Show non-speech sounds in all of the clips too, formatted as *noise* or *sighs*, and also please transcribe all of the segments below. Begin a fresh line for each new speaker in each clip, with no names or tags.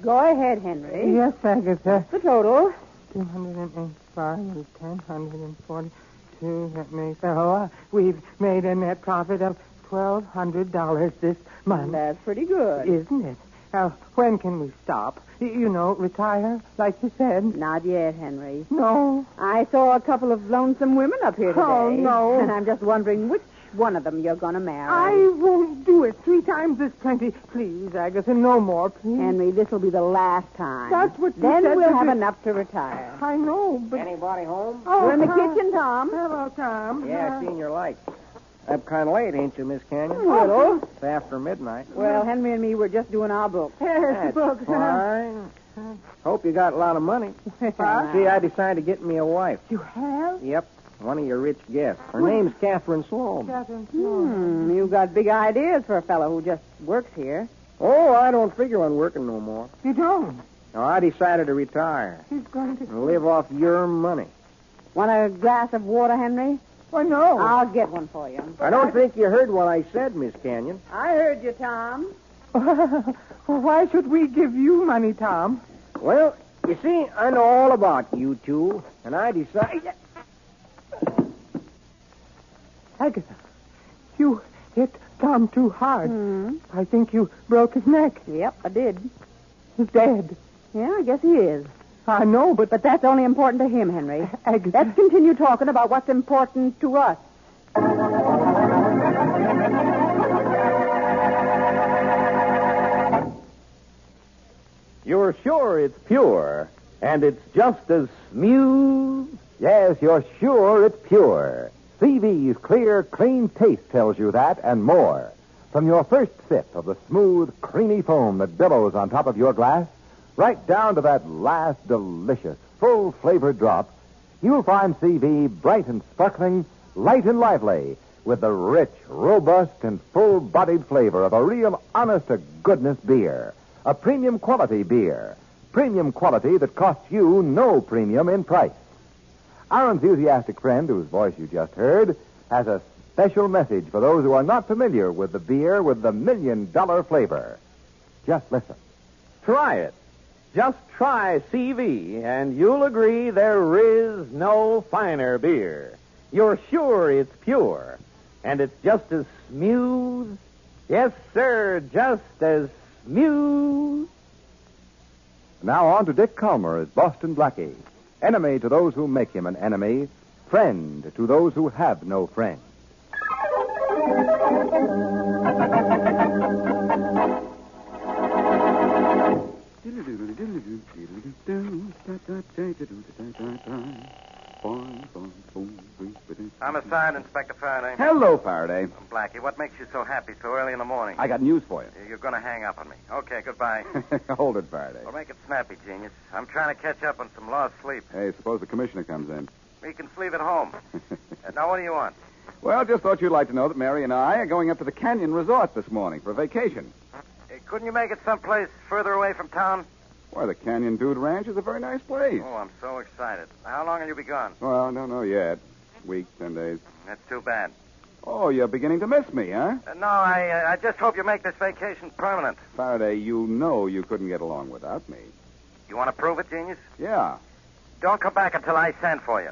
Go ahead, Henry.
Yes, Agatha.
The total.
285 and 10, 142. That makes, oh, we've made a net profit of $1,200 this month.
That's pretty good.
Isn't it? Now, when can we stop? Y- You know, retire, like you said.
Not yet, Henry.
No.
I saw a couple of lonesome women up here today.
Oh, no.
And I'm just wondering which one of them you're going to marry.
I won't do it. Three times is plenty. Please, Agatha, no more, please.
Henry, this will be the last time.
That's what you
Then
said
we'll
to
have
me.
enough to retire.
I know, but...
Anybody home?
Oh,
We're in the
Tom.
kitchen, Tom.
Hello, Tom.
Yeah, I seen your light. Up kind of late, ain't you, Miss Canyon?
little.
It's after midnight.
Oh, Well, Henry and me were just doing our book.
That's
Yes, books, huh?
fine. Hope you got a lot of money. *laughs* See, I decided to get me a wife.
You have?
Yep, one of your rich guests. Her name's Catherine Sloan.
Catherine
Hmm, you got big ideas for a fellow who just works here.
Oh, I don't figure on working no more.
You don't.
No, I decided to retire
*laughs* He's going to...
and live off your money.
Want a glass of water, Henry?
Oh, no.
I'll get one for you.
I don't think you heard what I said, Miss Canyon.
I heard you, Tom.
*laughs* well, why should we give you money, Tom?
Well, you see, I know all about you two, and I decided.
Agatha, you hit Tom too hard. I think you broke his neck.
Hmm? Yep, I did.
He's dead.
Yeah, I guess he is.
I know, but
But that's only important to him, Henry.
Agatha.
Let's continue talking about what's important to us.
You're sure it's pure, and it's just as smooth? Yes, you're sure it's pure. CV's clear, clean taste tells you that and more. From your first sip of the smooth, creamy foam that billows on top of your glass, right down to that last delicious, full flavored drop, you'll find CV bright and sparkling, light and lively, with the rich, robust, and full bodied flavor of a real honest to goodness beer. A premium quality beer. Premium quality that costs you no premium in price. Our enthusiastic friend, whose voice you just heard, has a special message for those who are not familiar with the beer with the million dollar flavor. Just listen. Try it. Just try CV, and you'll agree there is no finer beer. You're sure it's pure, and it's just as smooth. Yes, sir, just as smooth.
Now on to Dick Calmer as Boston Blackie. Enemy to those who make him an enemy, friend to those who have no friend.
I'm assigned Inspector Faraday.
Hello, Faraday.
Blackie, what makes you so happy so early in the morning?
I got news for you. *laughs*
You're going to hang up on me. Okay, goodbye.
Hold it, Faraday.
well, make it snappy, genius. I'm trying to catch up on some lost sleep.
Hey, suppose the commissioner comes in.
We can sleep at home. Uh, now, what do you want?
Well, just thought you'd like to know that Mary and I are going up to the Canyon Resort this morning for a vacation.
Uh, couldn't you make it someplace further away from town?
Why, the Canyon Dude Ranch is a very nice place.
Oh, I'm so excited. How long will you be gone?
Well, no, no, yet. Week, ten days.
That's too bad.
Oh, you're beginning to miss me, huh?
Uh, no, I, uh, I just hope you make this vacation permanent.
Faraday, you know you couldn't get along without me.
You want to prove it, genius?
Yeah.
Don't come back until I send for you.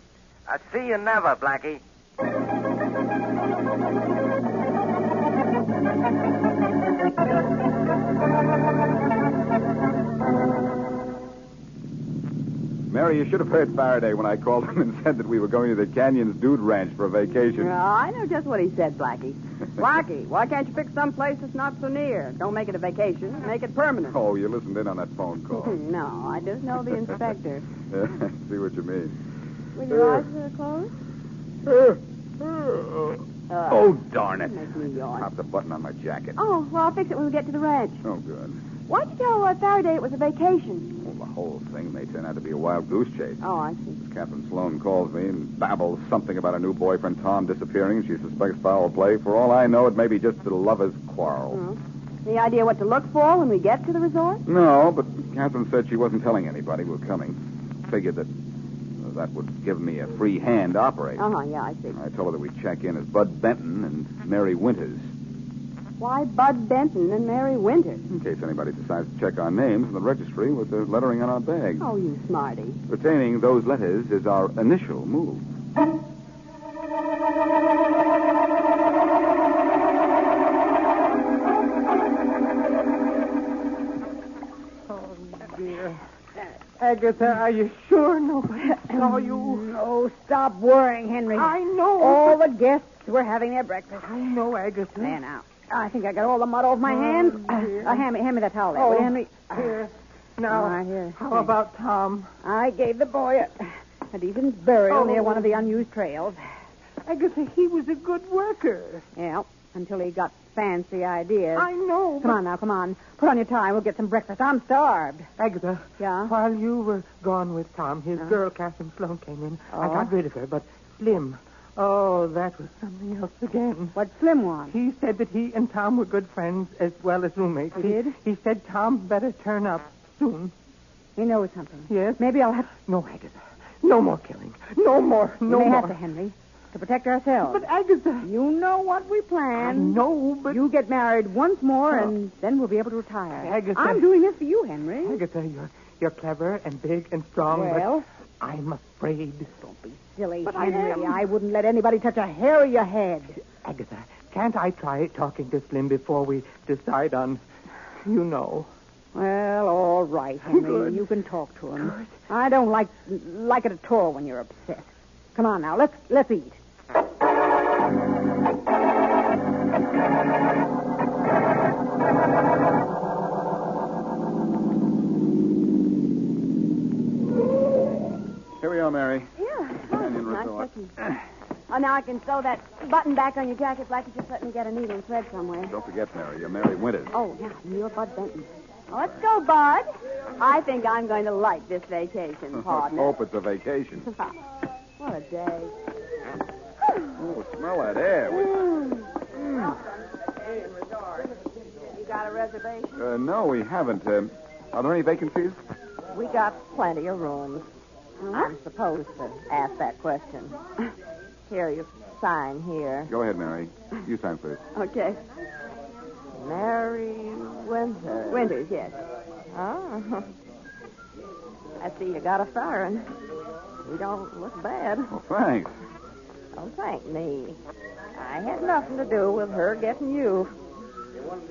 I see you never, Blackie.
Mary, you should have heard Faraday when I called him and said that we were going to the Canyon's Dude Ranch for a vacation.
No, I know just what he said,
*laughs*
Blackie. Blackie, why can't you pick some place that's not so near? Don't make it a vacation. Make it permanent. *laughs*
Oh, you listened in on that phone call. *laughs*
no, I just know the inspector.
Uh, See what you mean.
Will your eyes are closed? Uh,
uh, Oh, darn it.
Make me yawn.
Popped the button on my jacket.
Oh, well, I'll fix it when we get to the ranch.
Oh, good.
Why'd you tell uh, Faraday it was a vacation?
Well, the whole thing may turn out to be a wild goose chase.
Oh, I see.
Captain Sloan calls me and babbles something about her new boyfriend Tom disappearing. She suspects foul play. For all I know, it may be just a lover's quarrel.
Oh.
Any idea what to look for when we get to the resort?
No, but Catherine said she wasn't telling anybody we were coming. Figured that uh, that would give me a free hand to operate.
Uh-huh.
Uh huh, yeah, I see.
I told her that we'd check in as Bud Benton and Mary Winters
Why Bud Benton and Mary Winter?
in case anybody decides to check our names in the registry with the lettering on our bags.
Oh, you smarty.
Retaining those letters is our initial move.
Dear.
Agatha, are you sure nobody saw you?
Um, No, stop worrying, Henry.
I know.
All the guests were having their breakfast.
I know, Agatha. Oh,
There now. I think I got all the mud off my hands.
dear.
Uh, hand, me, hand me that towel there, will you,
Oh,
Henry? Uh, Oh,
Here.
All
Now,
right, here.
how about Tom?
I gave the boy a, a decent burial
Oh.
near one of the unused trails.
Agatha, he was a good worker.
Yeah, until he got fancy ideas.
I know.
Oh, Come on now, come on. Put on your tie. We'll get some breakfast. I'm starved.
Agatha,
Yeah?
while you were gone with Tom, his girl, Catherine Sloan, came in. I
Oh.
got rid of her, but Slim. Oh, that was something else again.
What'd Slim want?
He said that he and Tom were good friends as well as roommates.
He did?
He said Tom better turn up soon.
He knows something.
Yes?
Maybe I'll have
No, Agatha. No more killing. No more. No
we may
more.
have to, Henry, to protect ourselves.
But Agatha.
you know what we
I
planned.
know, but
You get married once more,
Oh.
and then we'll be able to retire.
Agatha.
I'm doing this for you, Henry.
Agatha, you're you're clever and big and strong,
well,
but I'm afraid. Don't be.
silly
but I
Henry,
am.
I, wouldn't let anybody touch a hair of your head.
Agatha, can't I try talking to Slim before we decide on, you know?
Well, all right, Henry. You can talk to him. I don't like like it at all when you're upset. Come on now, let's let's eat.
Here we are, Mary.
Yeah.
Canyon
nice
Resort.
looking. Oh, now I can sew that button back on your jacket, Blackie. Just let me get a needle and thread somewhere.
Don't forget, Mary, you're Mary Winters.
Oh, yeah, and you're Bud
*laughs*
Benton. Well, let's go, Bud. I think I'm going to like this
*laughs*
vacation,
Let's
partner.
hope it's a vacation.
what a day.
Oh, smell that air.
*laughs* Hmm. You got a reservation?
Uh, no, we haven't. Um, are there any vacancies?
We got plenty of rooms.
Hmm?
I'm supposed to ask that question. Here, you sign here.
Go ahead, Mary. You sign first.
Okay.
Mary Winter.
Winters, yes.
Oh. I see you got a siren. We don't look bad.
Thanks.
Don't thank me. I had nothing to do with her getting you.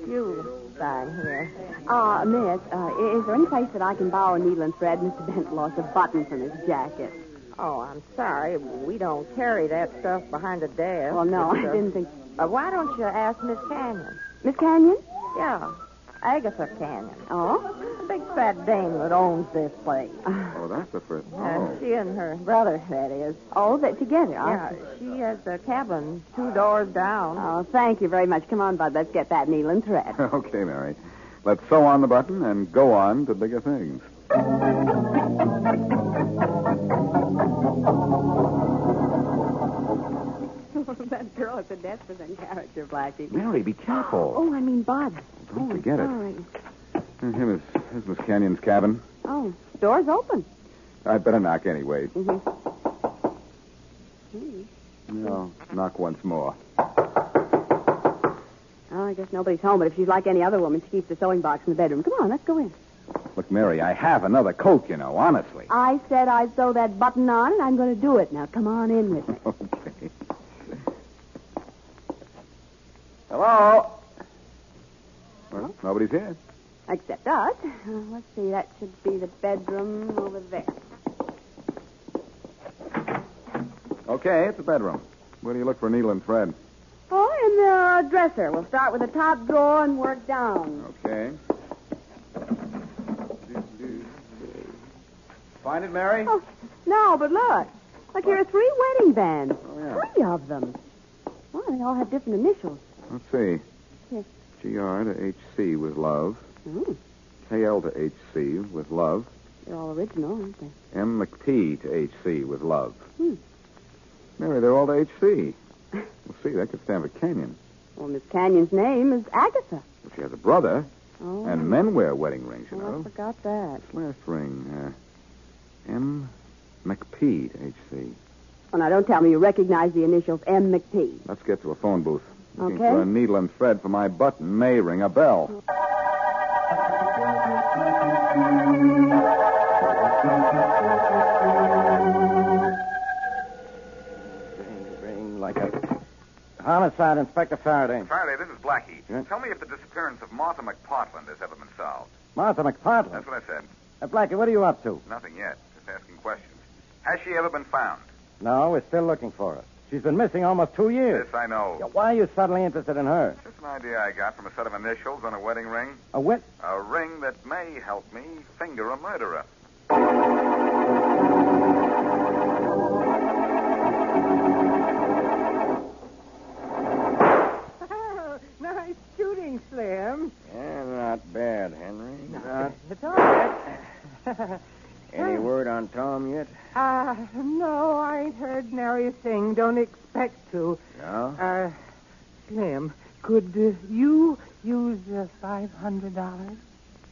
You sign here.
Ah, miss, uh, i- is there any place that I can borrow a needle and thread? Mr. Bent lost a button from his jacket.
Oh, I'm sorry. We don't carry that stuff behind the desk.
Well, no, I
It's, uh,
didn't think.
Uh, why don't you ask Miss Canyon?
Miss Canyon?
Yeah, Agatha Canyon.
Oh?
The big fat dame that owns this *sighs* place.
Oh, that's the first.
And
Oh.
she and her brother, that is.
Oh, they're together.
Yeah, she has a cabin two doors down.
Oh, thank you very much. Come on, Bud. Let's get that needle and thread.
Oh, *laughs* okay, Mary. Let's sew on the button and go on to bigger things.
that girl is a desperate character, Blackie.
Mary, be careful.
Oh, I mean Bud.
Don't
oh, I'm
forget it.
sorry. it.
Here, Miss, uh, here's Miss Canyon's cabin.
Oh, door's open.
I'd better knock anyway.
Mm-hmm.
Hmm.
No, knock once more.
Oh, I guess nobody's home, but if she's like any other woman, she keeps the sewing box in the bedroom. Come on, let's go in.
Look, Mary, I have another Coke, you know, honestly.
I said I'd sew that button on, and I'm going to do it. Now, come on in with me.
*laughs* Okay. Hello? Well, nobody's here.
Except us. Uh, let's see, that should be the bedroom over there.
Okay, it's a bedroom. Where do you look for a needle and thread?
Oh, and the dresser. We'll start with the top drawer and work down.
Okay. Find it, Mary?
Oh, no, but look. Look, here are three wedding bands.
Oh, yeah.
Three of them. Well, they all have different initials.
Let's see.
Yes.
GR to HC with love.
Mm,
KL to HC with love.
they're all original, aren't they?
M. McP to HC with love.
Hmm.
Mary, they're all to HC. Well, see, that could stand for Canyon.
Well, Miss Canyon's name is Agatha.
If she has a brother,
Oh,
and men wear wedding rings, you
oh I
know.
forgot that.
Last ring, uh, M. McP to HC.
Oh, now, don't tell me you recognize the initials M. McP.
Let's get to a phone booth. Looking
Okay.
for a needle and thread for my button may ring a bell.
Ring, ring like a homicide, Inspector Faraday.
Faraday, this is Blackie.
Yeah.
Tell me if the disappearance of Martha McPartland has ever been solved.
Martha McPartland.
That's what I said.
Uh, Blackie, what are you up to?
Nothing yet. Just asking questions. Has she ever been found?
No, we're still looking for her. She's been missing almost two years.
Yes, I know.
Yeah, Why are you suddenly interested in her?
Just an idea I got from a set of initials on a wedding ring.
A wit?
A ring that may help me finger a murderer.
Oh, nice shooting, Slim.
Yeah, not bad, Henry. Not.
It's all *laughs* right.
Any word on Tom yet?
uh, no, I ain't heard nary a thing. Don't expect to.
No.
Uh, Slim, could uh, you use uh, $500?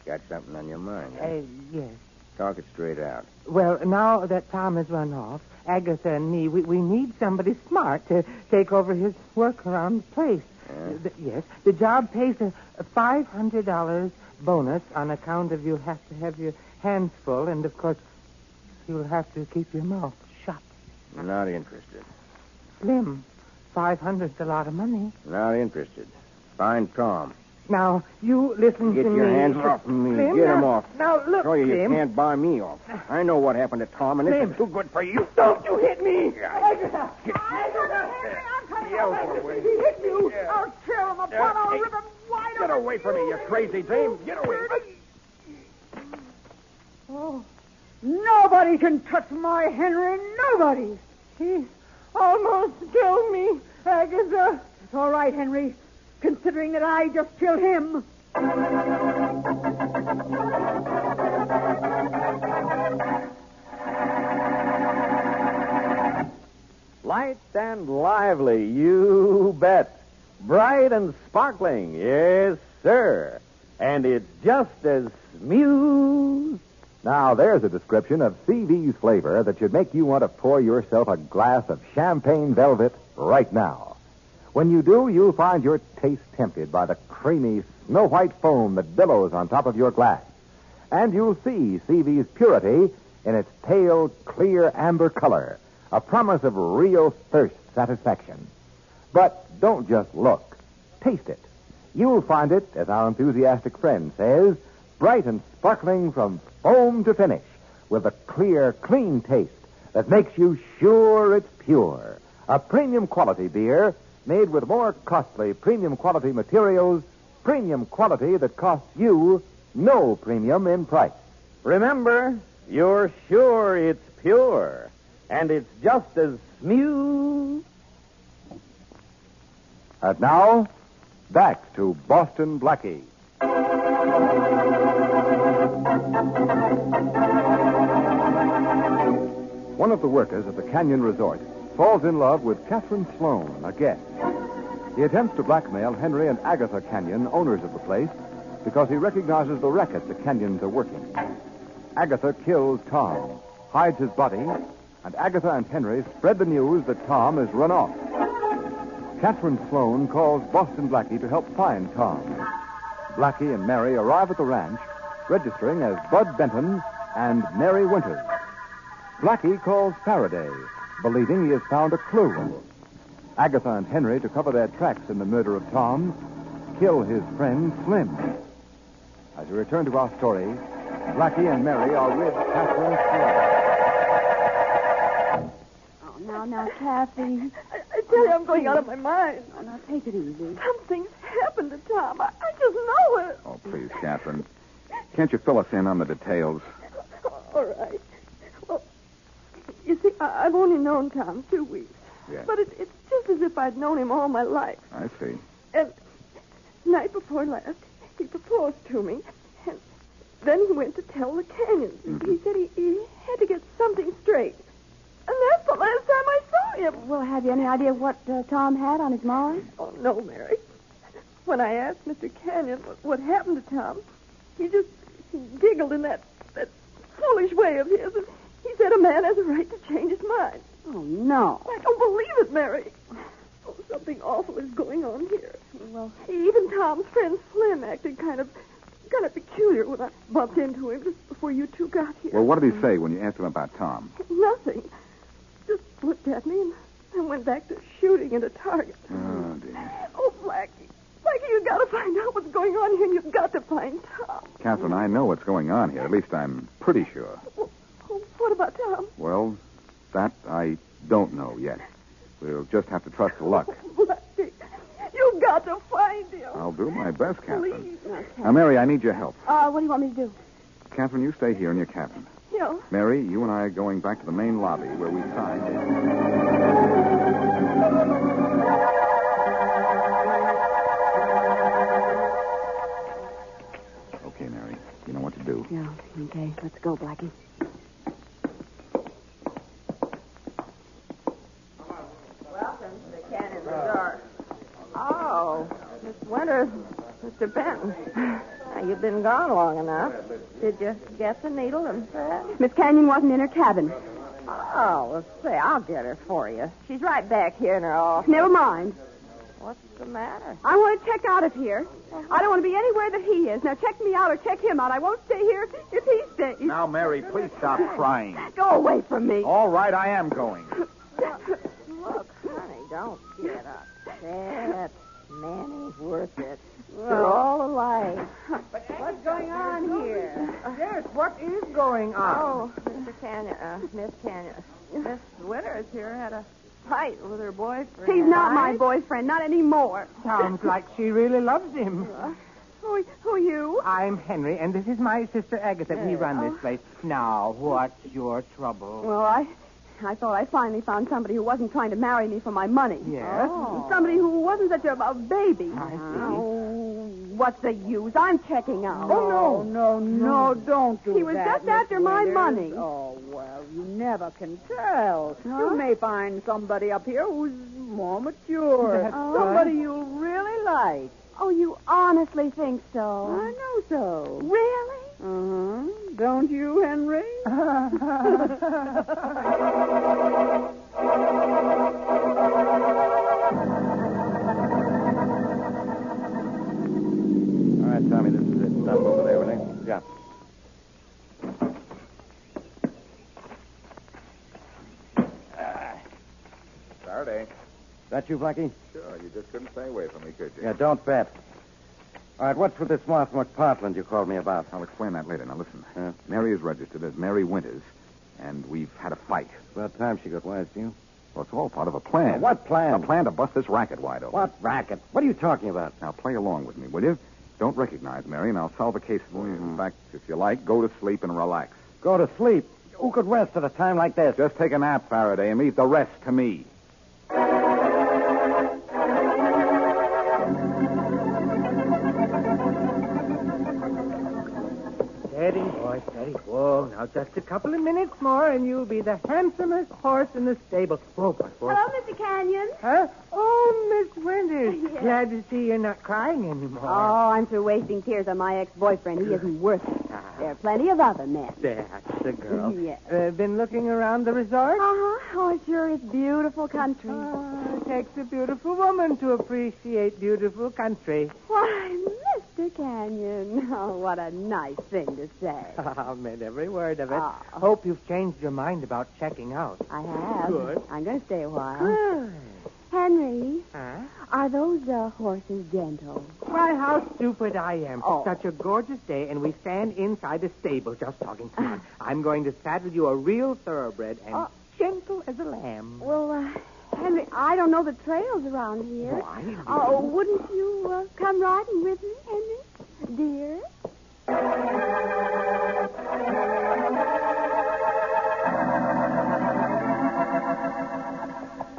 Got something on your mind? huh?
Uh, yes.
Talk it straight out.
Well, now that Tom has run off, Agatha and me, we, we need somebody smart to take over his work around the place.
Yeah?
Th- yes, the job pays a a $500 bonus on account of you have to have your hands full, and of course, you'll have to keep your mouth shut.
Not interested.
Slim, 500's a lot of money.
Not interested. Find Tom.
Now, you listen
Get
to me.
your hands off me.
Slim,
Get 'em
now-
off.
Now, look,
Show you
Slim.
you can't buy me off. I know what happened to Tom, and this
Slim.
is too good for you.
Don't you hit me! Agatha!
Get
hit you! I'll tear him apart! I'll rip him wide open!
away from me, you crazy dame. Get away.
Oh, nobody can touch my Henry. Nobody. He almost killed me, Agatha. It's all right, Henry, considering that I just killed him.
Light and lively, you bet. Bright and sparkling, yes, sir. And it's just as smooth.
Now, there's a description of CV's flavor that should make you want to pour yourself a glass of champagne velvet right now.
When you do, you'll find your taste tempted by the creamy, snow white foam that billows on top of your glass.
and you'll see CV's purity in its pale, clear amber color, a promise of real thirst satisfaction. But don't just look, taste it. You'll find it, as our enthusiastic friend says, bright and sparkling from foam to finish, with a clear, clean taste that makes you sure it's pure. A premium quality beer made with more costly premium quality materials, premium quality that costs you no premium in price.
Remember, you're sure it's pure, and it's just as smooth.
And now, back to Boston Blackie. One of the workers at the Canyon Resort falls in love with Catherine Sloan, a guest. He attempts to blackmail Henry and Agatha Canyon, owners of the place, because he recognizes the racket the Canyons are working. Agatha kills Tom, hides his body, and Agatha and Henry spread the news that Tom has run off. Catherine Sloan calls Boston Blackie to help find Tom. Blackie and Mary arrive at the ranch, registering as Bud Benton and Mary Winters. Blackie calls Faraday, believing he has found a clue. Agatha and Henry, to cover their tracks in the murder of Tom, kill his friend Slim. As we return to our story, Blackie and Mary are with Catherine Sloan.
Oh, now, now, Kathy.
I, *laughs* I tell you, I'm going out of my mind.
Oh, now, take it easy.
Something's happened to Tom. I, I just know it.
Oh, please, Catherine. Can't you fill us in on the details?
All right. Well, you see, I, I've only known Tom two weeks.
Yes.
But it, it's just as if I'd known him all my life.
I see.
And night before last, he proposed to me. And then he went to tell the Canyons.
Mm-hmm.
He said he, he had to get something straight. And that's the last time I saw him.
Well, have you any idea what uh, Tom had on his mind?
Oh, no, Mary. When I asked Mr. Canyon what, what happened to Tom, he just giggled in that, that foolish way of his. And he said a man has a right to change his mind.
Oh, no.
I don't believe it, Mary. Oh, something awful is going on here.
Well,
Even Tom's friend Slim acted kind of kind of peculiar when I bumped into him just before you two got here.
Well, what did he say when you asked him about Tom?
Nothing. Just looked at me and, and went back to shooting at a target.
Oh, dear.
Oh, Blackie. Blackie, you gotta find out what's going on here, and you've got to find Tom.
Catherine, I know what's going on here. At least I'm pretty sure.
Oh, what about Tom?
Well, that I don't know yet. We'll just have to trust to luck.
Blackie, you've got to find him.
I'll do my best, Catherine.
Please.
Now, Mary, I need your help.
Uh, what do you want me to do?
Catherine, you stay here in your cabin.
Yeah.
Mary, you and I are going back to the main lobby where we signed. Okay, Mary. You know what to do.
Yeah. Okay, let's go, Blackie.
Welcome to the Cannon
Uh.
Resort. Oh, Miss Winters, Mr. Benton. Now, you've been gone long enough. Did you get the needle and thread?
Miss Canyon wasn't in her cabin.
Oh, well, say, I'll get her for you. She's right back here in her office.
Never mind.
What's the matter?
I want to check out of here. I don't want to be anywhere that he is. Now check me out or check him out. I won't stay here if he stays.
Now, Mary, please stop crying.
Go away from me.
All right, I am going.
Look, honey, don't get up. That Manny's worth it. We're all alike.
What's going on here?
Yes, what is going
Oh, Mr. Canyon, uh, Miss Canyon. Miss Winters here had a fight with her boyfriend.
He's not my boyfriend, not anymore.
Sounds like she really loves him.
Who, who are you? Oh.
I'm Henry, and this is my sister Agatha. We run this place. Now, what's your trouble?
Well, I, I thought I finally found somebody who wasn't trying to marry me for my money.
Yes?
Oh. Somebody who wasn't such a, a baby.
I see.
Oh, what's the use? I'm checking out.
Oh,
no, no, don't do that.
He was just
Miss
after my
Winters.
money.
Oh, well, you never can tell. You may find somebody up here who's more mature. Oh,
That's
somebody
right.
you'll really like.
Oh, you honestly think so?
I know so.
Really?
Uh-huh.
Mm-hmm.
Don't you,
*laughs*
Henry?
All right, Tommy, this is it. Stop over there, will you? Yeah.
Faraday.
That you, Blackie?
Sure, you just couldn't stay away from me, could you?
Yeah, don't bet. All right, what's with this Martha McPartland you called me about?
I'll explain that later. Now, listen. uh, Mary is registered as Mary Winters, and we've had a fight.
About time she got wise to you.
Well, it's all part of a plan.
Now, what plan?
A plan to bust this racket wide open.
What racket? What are you talking about?
Now, play along with me, will you? Don't recognize Mary, and I'll solve the case for you. In fact, if you like, go to sleep and relax.
Mm-hmm. Go to sleep. Who could rest at a time like this?
Just take a nap, Faraday, and leave the rest to me.
Steady, boy, steady. Whoa, now just a couple of minutes more, and you'll be the handsomest horse in the stable. Whoa, boy, whoa.
Hello, Mr. Canyon.
Huh? Oh, Miss Winters.
Yes.
Glad to see you're not crying anymore.
Oh, I'm through wasting tears on my ex-boyfriend. He isn't worth it. There are plenty of other men.
That's the Ah.
*laughs*
girl.
Yes.
Uh, been looking around the resort?
Uh-huh. Oh, it sure is beautiful country.
Oh, it takes a beautiful woman to appreciate beautiful country.
Why, Mr. Canyon. *laughs* Oh, what a nice thing to say.
I meant Ah, every word of it.
Ah.
Hope you've changed your mind about checking out.
I have.
Good.
I'm going to stay a while.
Good.
Henry,
Huh?
are those uh, horses dental?
Why, how stupid I am.
Oh.
Such a gorgeous day, and we stand inside a stable just talking to
*laughs*
you. I'm going to saddle you a real thoroughbred and
Oh.
gentle as a lamb.
Well, uh, Henry, I don't know the trails around here.
Why?
Oh, wouldn't you uh, come riding with me, Henry? Dear?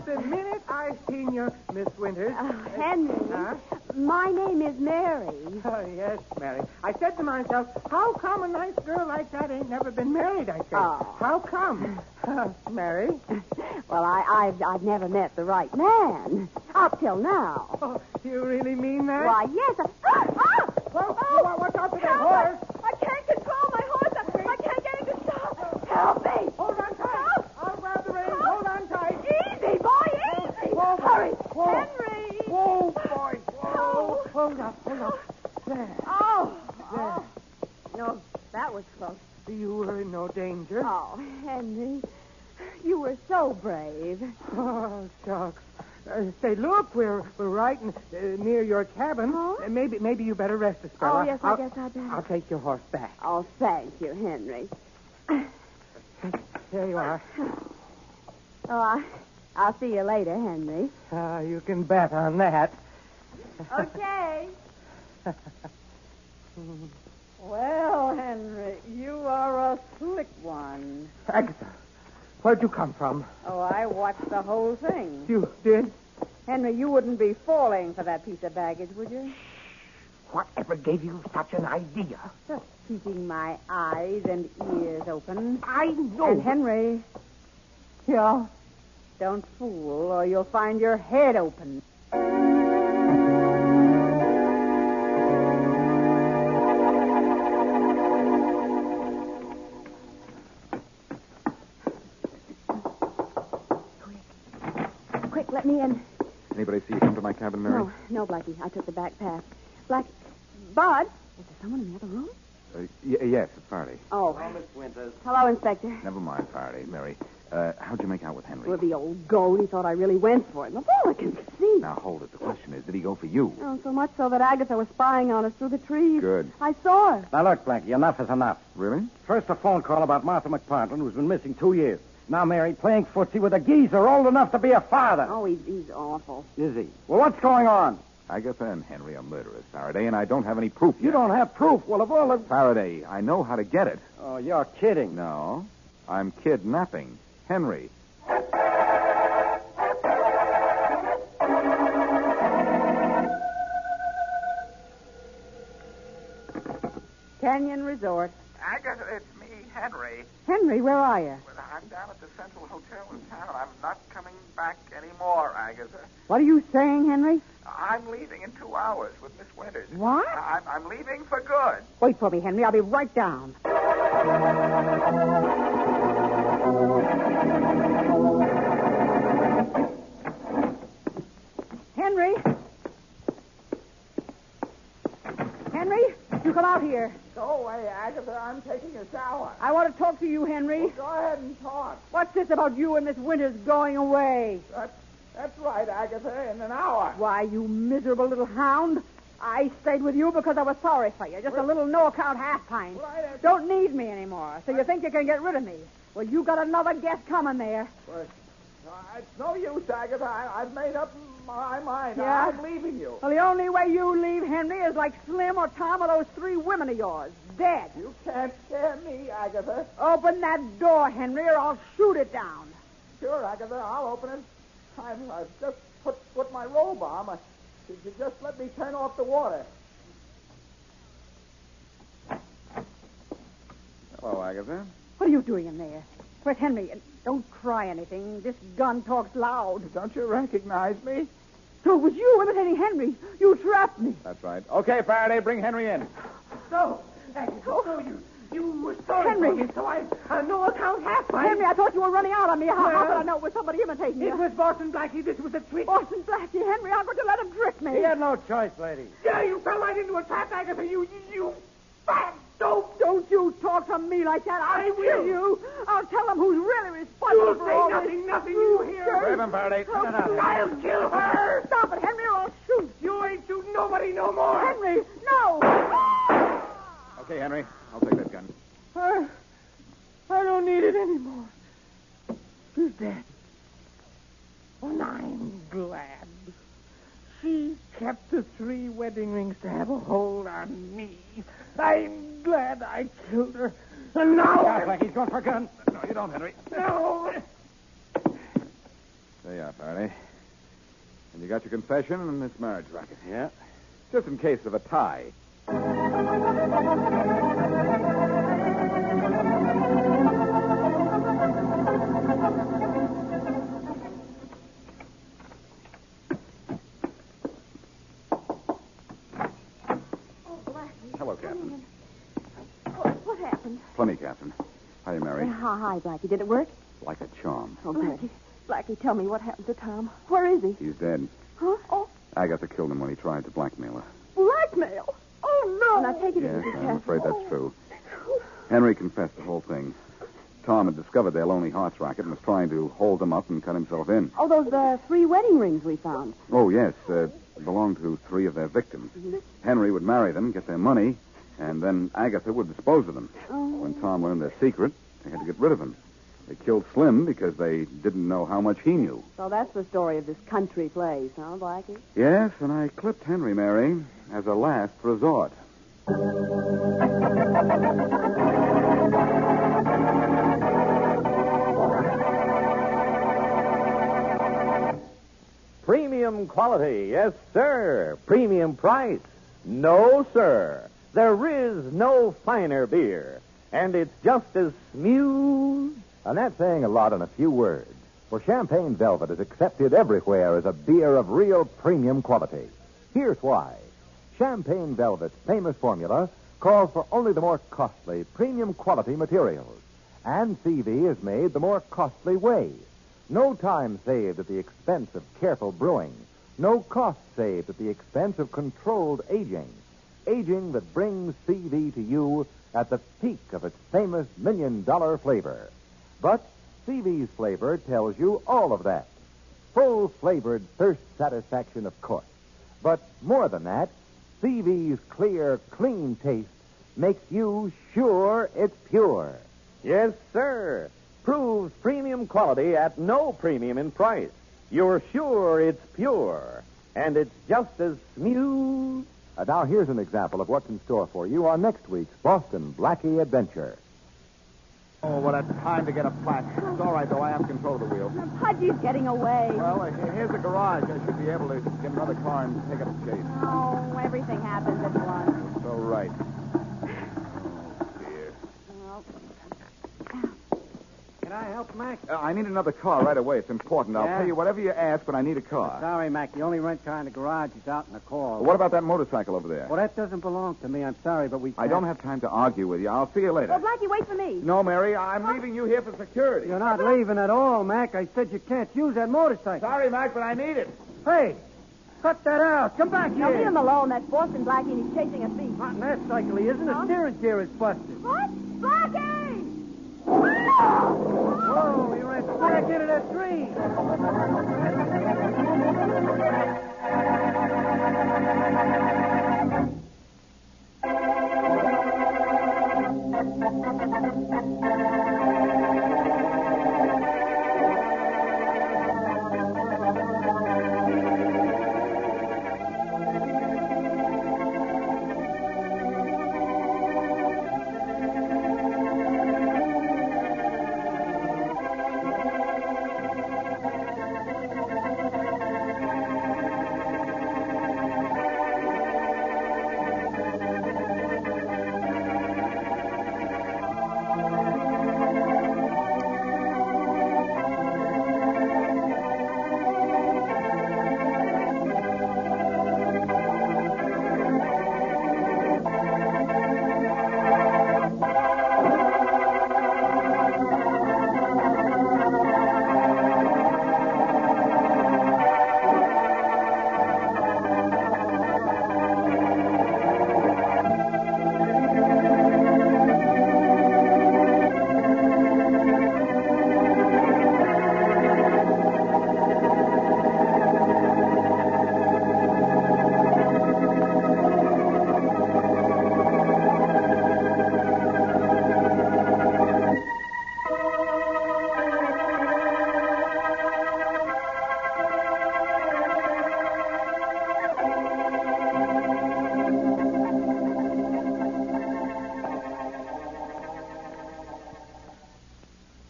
The minute I've seen you, Miss Winters.
Oh, Henry.
Huh?
My name is Mary.
Oh, yes, Mary. I said to myself, how come a nice girl like that ain't never been married, I said.
Oh.
How
*laughs*
come? Mary?
Well, I, I've, I've never met the right man. Up till now.
Oh, you really mean that?
Why, yes. I... Ah! Ah!
Well,
Oh!
wa- watch out for that
Help!
horse.
I, I can't control my horse. I, I can't get him to stop. Help me.
Hold on tight.
Help!
I'll grab the reins.
Help!
Hold on tight.
Easy, boy, easy.
Whoa, boy.
Hurry.
Whoa.
Henry.
Whoa, boy. Whoa.
Oh.
Hold up, hold up. There.
Oh.
There.
oh. No, that was close.
You were in no danger.
Oh, Henry. You were so brave.
Oh, shucks. Uh, say, look, we're, we're right in, uh, near your cabin. Uh, maybe maybe you better rest a spell.
Oh,
I-
yes, I
I'll-
guess I'd better.
I'll take your horse back.
Oh, thank you, Henry.
There you are.
Oh, I, I'll see you later, Henry.
Ah, you can bet on that. *laughs*
Okay.
Well, Henry, you are a slick one.
Agatha, where'd you come from?
Oh, I watched the whole thing.
You did?
Henry, you wouldn't be falling for that piece of baggage, would you?
Whatever gave you such an idea?
Just keeping my eyes and ears open.
I know.
And Henry,
Yeah.
don't fool or you'll find your head open.
uh, Quick, let me in.
Anybody see you come to my cabin, Mary?
No, no, Blackie. I took the back path. Blackie. Bud? Is there someone in the other room?
Uh, y- yes, it's Faraday.
Oh.
Miss Winters.
Hello, Inspector.
Never mind, Faraday. Mary, uh, how'd you make out with Henry?
Well, the old goat, he thought I really went for him. Of all I can see.
Now, hold it. The question is, did he go for you?
Oh, so much so that Agatha was spying on us through the trees.
Good.
I saw her.
Now, look, Blackie, enough is enough.
Really?
First, a phone call about Martha McPartland, who's been missing two years. Now, Mary, playing footsie with a geezer old enough to be a father.
Oh, he's, he's awful.
Is he? Well, what's going on?
Agatha and Henry are murderers, Faraday, and I don't have any proof
You
yet.
don't have proof. Well, of all the...
Faraday, I know how to get it.
Oh, you're kidding.
No, I'm kidnapping Henry.
Canyon Resort.
Agatha, it's me, Henry.
Henry, where are you?
Well, I'm down at the Central Hotel in town. I'm not coming back anymore, Agatha.
What are you saying, Henry?
I'm leaving in two hours with Miss Winters.
What?
I- I'm, I'm leaving for good.
Wait for me, Henry. I'll be right down. Henry? Henry, you come out here.
Go away, Agatha. I'm taking a shower.
I want to talk to you, Henry.
Go ahead and talk.
What's this about you and Miss Winters going away?
That's
That's right, Agatha, in an hour.
Why, you miserable little hound. I stayed with you because I was sorry for you. Just a little no account half pint. Don't need me anymore. So you think you can get rid of me? Well, you got another guest coming there.
But, uh, it's no use, Agatha. I, I've made up my mind.
Yeah?
I'm leaving you.
Well, the only way you leave Henry is like Slim or Tom or those three women of yours. Dead.
You can't scare me, Agatha.
Open that door, Henry, or I'll shoot it down.
Sure, Agatha, I'll open it. I've, I've just put, put my robe on. I, could you just let me turn off the water?
Hello, Oh, Agatha.
What are you doing in there? Where's Henry? And Don't cry anything. This gun talks loud.
Don't you recognize me?
So it was you imitating Henry. You trapped me.
That's right. Okay, Faraday, bring Henry in.
No, Agatha, no, you, you were sorry
Henry.
for me, so I, I no account half my...
Henry, I thought you were running out on me. How, how could I know it was somebody imitating you?
It was Boston Blackie. This was a trick.
Boston Blackie. Henry, how could you let him trick me?
He had no choice, lady.
Yeah, you fell right into a trap, Agatha. You, you, you bad dope.
Don't you talk to me like that. I'll
I will.
kill you. I'll tell them who's really responsible
You'll
for
say
all
nothing,
this.
nothing. You hear?
Grab him, Faraday.
Oh,
Get out.
I'll kill her.
Stop it, Henry, or I'll shoot.
You ain't shooting nobody no more.
Henry, no.
Okay, Henry. I'll take that gun.
I, I don't need it anymore. She's dead. And I'm glad. She kept the three wedding rings to have a hold on me. I'm glad I killed her. And now
Sounds
I
like he's going for a gun.
No, you don't, Henry.
know.
There you are, Faraday. And you got your confession and this marriage racket.
Yeah.
Just in case of a tie.
Oh, Blackie.
Hello, Captain.
What, what happened?
Plenty, Captain. Hiya, Mary.
hi, Blackie. Did it work?
Like a charm.
Oh, Blackie. Blackie, tell me what happened to Tom. Where is he?
He's dead.
Huh? Oh,
Agatha killed him when he tried to blackmail her.
blackmail. Oh, no. Now, take it
Yes,
easy,
I'm
Captain.
afraid that's true. Henry confessed the whole thing. Tom had discovered their Lonely Hearts racket and was trying to hold them up and cut himself in.
Oh, those uh, three wedding rings we found.
Oh, yes, uh, belonged to three of their victims.
Mm-hmm.
Henry would marry them, get their money, and then Agatha would dispose of them.
Oh.
When Tom learned their secret, they had to get rid of him. They killed Slim because they didn't know how much he knew.
So that's the story of this country place, huh, Blackie?
Yes, and I clipped Henry, Mary, as a last resort.
Premium quality, yes, sir. Premium price, no, sir. There is no finer beer, and it's just as smooth.
And that's saying a lot in a few words. For Champagne Velvet is accepted everywhere as a beer of real premium quality. Here's why. Champagne Velvet's famous formula calls for only the more costly premium quality materials. And CV is made the more costly way. No time saved at the expense of careful brewing. No cost saved at the expense of controlled aging. Aging that brings CV to you at the peak of its famous million dollar flavor. But CV's flavor tells you all of that. Full flavored thirst satisfaction, of course. But more than that, CV's clear, clean taste makes you sure it's pure.
Yes, sir. Proves premium quality at no premium in price. You're sure it's pure, and it's just as smooth.
Uh, now, here's an example of what's in store for you on next week's Boston Blackie Adventure.
Oh, what a time to get a flat. It's all right, though. I have control of the wheel.
Pudgy's getting away.
Well, uh, here's the garage. I should be able to get another car and pick up the chase.
Oh, everything happens at once.
So right. Oh, dear.
Can I help, Mac?
Uh, I need another car right away. It's important. I'll
Yeah?
pay you whatever you ask, but I need a car.
Sorry, Mac. The only rent car in the garage is out in the car.
What about that motorcycle over there?
Well, that doesn't belong to me. I'm sorry, but we.
I don't have time to argue with you. I'll see you
Well,
later.
Blackie, wait for me.
No, Mary, I'm leaving you here for security.
You're not leaving at all, Mac. I said you can't use that motorcycle.
Sorry, Mac, but I need it.
Hey, cut that out. Come back
Now, leave
here.
him alone. That's Boston Blackie, and he's chasing a thief.
Not in that cycle, he isn't. The
Huh?
steering gear is busted.
What? Blackie!
Whoa, Oh, he ran smack
get to that tree.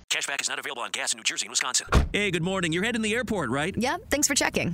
Cashback is not available on gas in New Jersey and Wisconsin.
Hey, good morning. You're heading to the airport, right?
Yep, thanks for checking.